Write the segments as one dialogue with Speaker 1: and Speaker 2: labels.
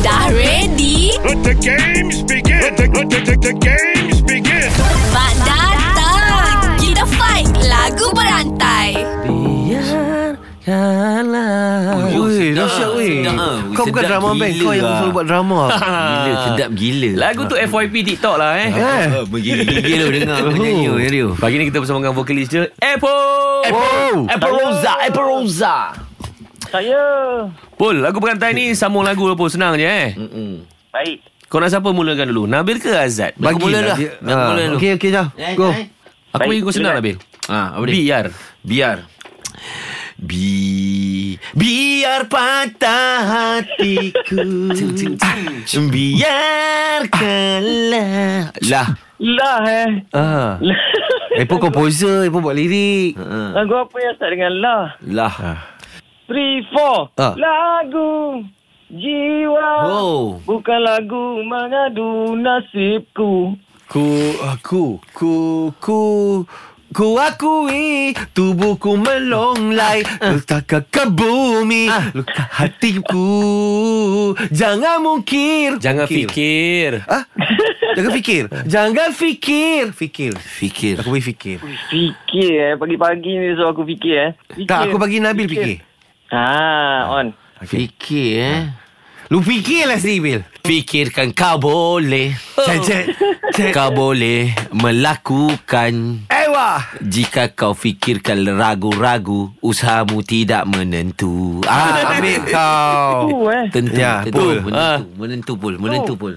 Speaker 1: Dah ready?
Speaker 2: Let the games begin. Let the, let the, the, the games begin.
Speaker 1: Mak datang! Kita fight lagu berantai.
Speaker 3: Biarkanlah
Speaker 4: Oh,
Speaker 3: Weh,
Speaker 4: sedap.
Speaker 3: dahsyat weh
Speaker 4: Sedap.
Speaker 3: Kau bukan
Speaker 4: Sedap
Speaker 3: drama
Speaker 4: gila
Speaker 3: band Kau yang
Speaker 4: lah.
Speaker 3: selalu buat drama
Speaker 4: Gila, sedap gila.
Speaker 5: Lagu tu FYP TikTok lah eh.
Speaker 3: Eh
Speaker 4: Ah, Menggigil-gigil tu dengar kau nyanyi tu, Yario.
Speaker 5: Pagi ni kita bersama dengan vokalis dia Apple.
Speaker 3: Wow
Speaker 5: Apple Rosa.
Speaker 4: Apple Rosa.
Speaker 6: Saya
Speaker 5: Pul, lagu berantai ni sambung lagu lah Pul. Senang je eh.
Speaker 4: Mm-mm.
Speaker 6: baik.
Speaker 5: Kau nak siapa mulakan dulu? Nabil ke Azad?
Speaker 4: Bagi mula dah. Nak mula dulu.
Speaker 3: Okay okay Ah, dah Go
Speaker 5: Aku bagi
Speaker 6: Baik,
Speaker 5: kau senang
Speaker 6: silakan.
Speaker 5: Nabil.
Speaker 4: Ah, apa dia?
Speaker 5: Biar.
Speaker 4: Biar. Bi biar patah hatiku. Biarkanlah. Lah.
Speaker 6: Lah eh.
Speaker 3: ah. Apple composer Apple eh, buat lirik
Speaker 4: Ah,
Speaker 6: Lagu apa yang start dengan lah?
Speaker 4: Lah.
Speaker 6: Three, four.
Speaker 3: Ah.
Speaker 6: Lagu jiwa.
Speaker 4: Oh.
Speaker 6: Bukan lagu mengadu nasibku.
Speaker 3: Ku aku ku ku ku akui tubuhku melonglai
Speaker 5: Ah.
Speaker 3: letakkan ke bumi luka hatiku jangan mungkir
Speaker 5: Jangan fikir.
Speaker 3: ah jangan fikir jangan fikir fikir
Speaker 4: Fikir.
Speaker 3: aku boleh fikir
Speaker 6: Fikir eh. Pagi-pagi ni suruh aku fikir eh. Fikir.
Speaker 3: tak aku bagi Nabil fikir
Speaker 6: Ha, on.
Speaker 4: Fikir eh.
Speaker 3: lu fikirlah sendiri Bil
Speaker 4: Fikirkan kau boleh.
Speaker 3: cecek cek
Speaker 4: Kau boleh melakukan
Speaker 3: ewa
Speaker 4: Jika kau fikirkan ragu-ragu Usahamu tidak menentu Ah, ambil
Speaker 3: kau
Speaker 6: Two eh.
Speaker 4: Tentu,
Speaker 3: Ya,
Speaker 4: tentu,
Speaker 3: Pul.
Speaker 4: menentu,
Speaker 5: Ah.
Speaker 4: menentu pul, menentu pul.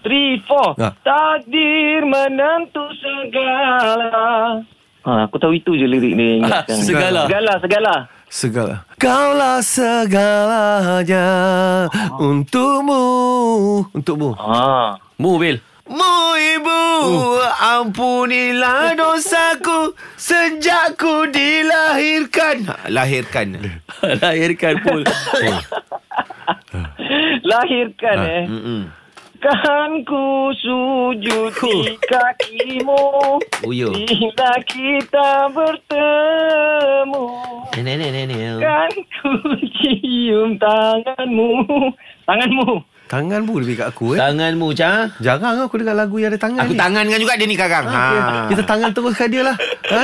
Speaker 6: Three, four.
Speaker 3: Ah.
Speaker 6: Takdir menentu segala. Ha, aku tahu itu je lirik dia.
Speaker 5: Ah,
Speaker 6: ingatkan.
Speaker 5: segala.
Speaker 6: Segala, segala.
Speaker 3: Segala Kaulah segalanya Ah. Untukmu Untukmu
Speaker 6: Ha.
Speaker 5: Mu Bil.
Speaker 4: Mu ibu, Uh. ampunilah dosaku Sejak ku dilahirkan Ha, Lahirkan
Speaker 5: Lahirkan Pul.
Speaker 6: Lahirkan eh.
Speaker 4: Mm-mm.
Speaker 6: Kan ku sujud di kakimu
Speaker 4: Uyo.
Speaker 6: Bila kita bertemu
Speaker 4: Nenek, nenek, nenek.
Speaker 6: Kan ku cium tanganmu Tanganmu
Speaker 3: Tangan pun lebih kat aku eh
Speaker 4: Tanganmu, Cah
Speaker 3: Jarang aku dengar lagu yang ada tangan ni
Speaker 4: Aku tangan kan juga dia ni kakang ha.
Speaker 3: Kita tangan teruskan dia lah ha?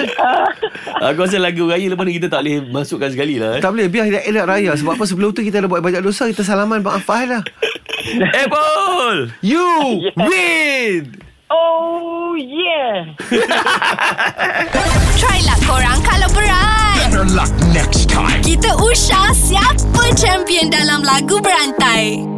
Speaker 5: Aku rasa lagu raya lepas ni kita tak boleh masukkan sekali lah eh.
Speaker 3: Tak boleh Biar elak-elak raya Sebab apa sebelum tu Kita ada buat banyak dosa Kita salaman lah. maafkan dah
Speaker 5: Apple!
Speaker 3: You win
Speaker 6: Oh yeah
Speaker 1: Try lah korang kalau berat.
Speaker 2: Better luck next time.
Speaker 1: Kita usah siapa champion dalam lagu berantai.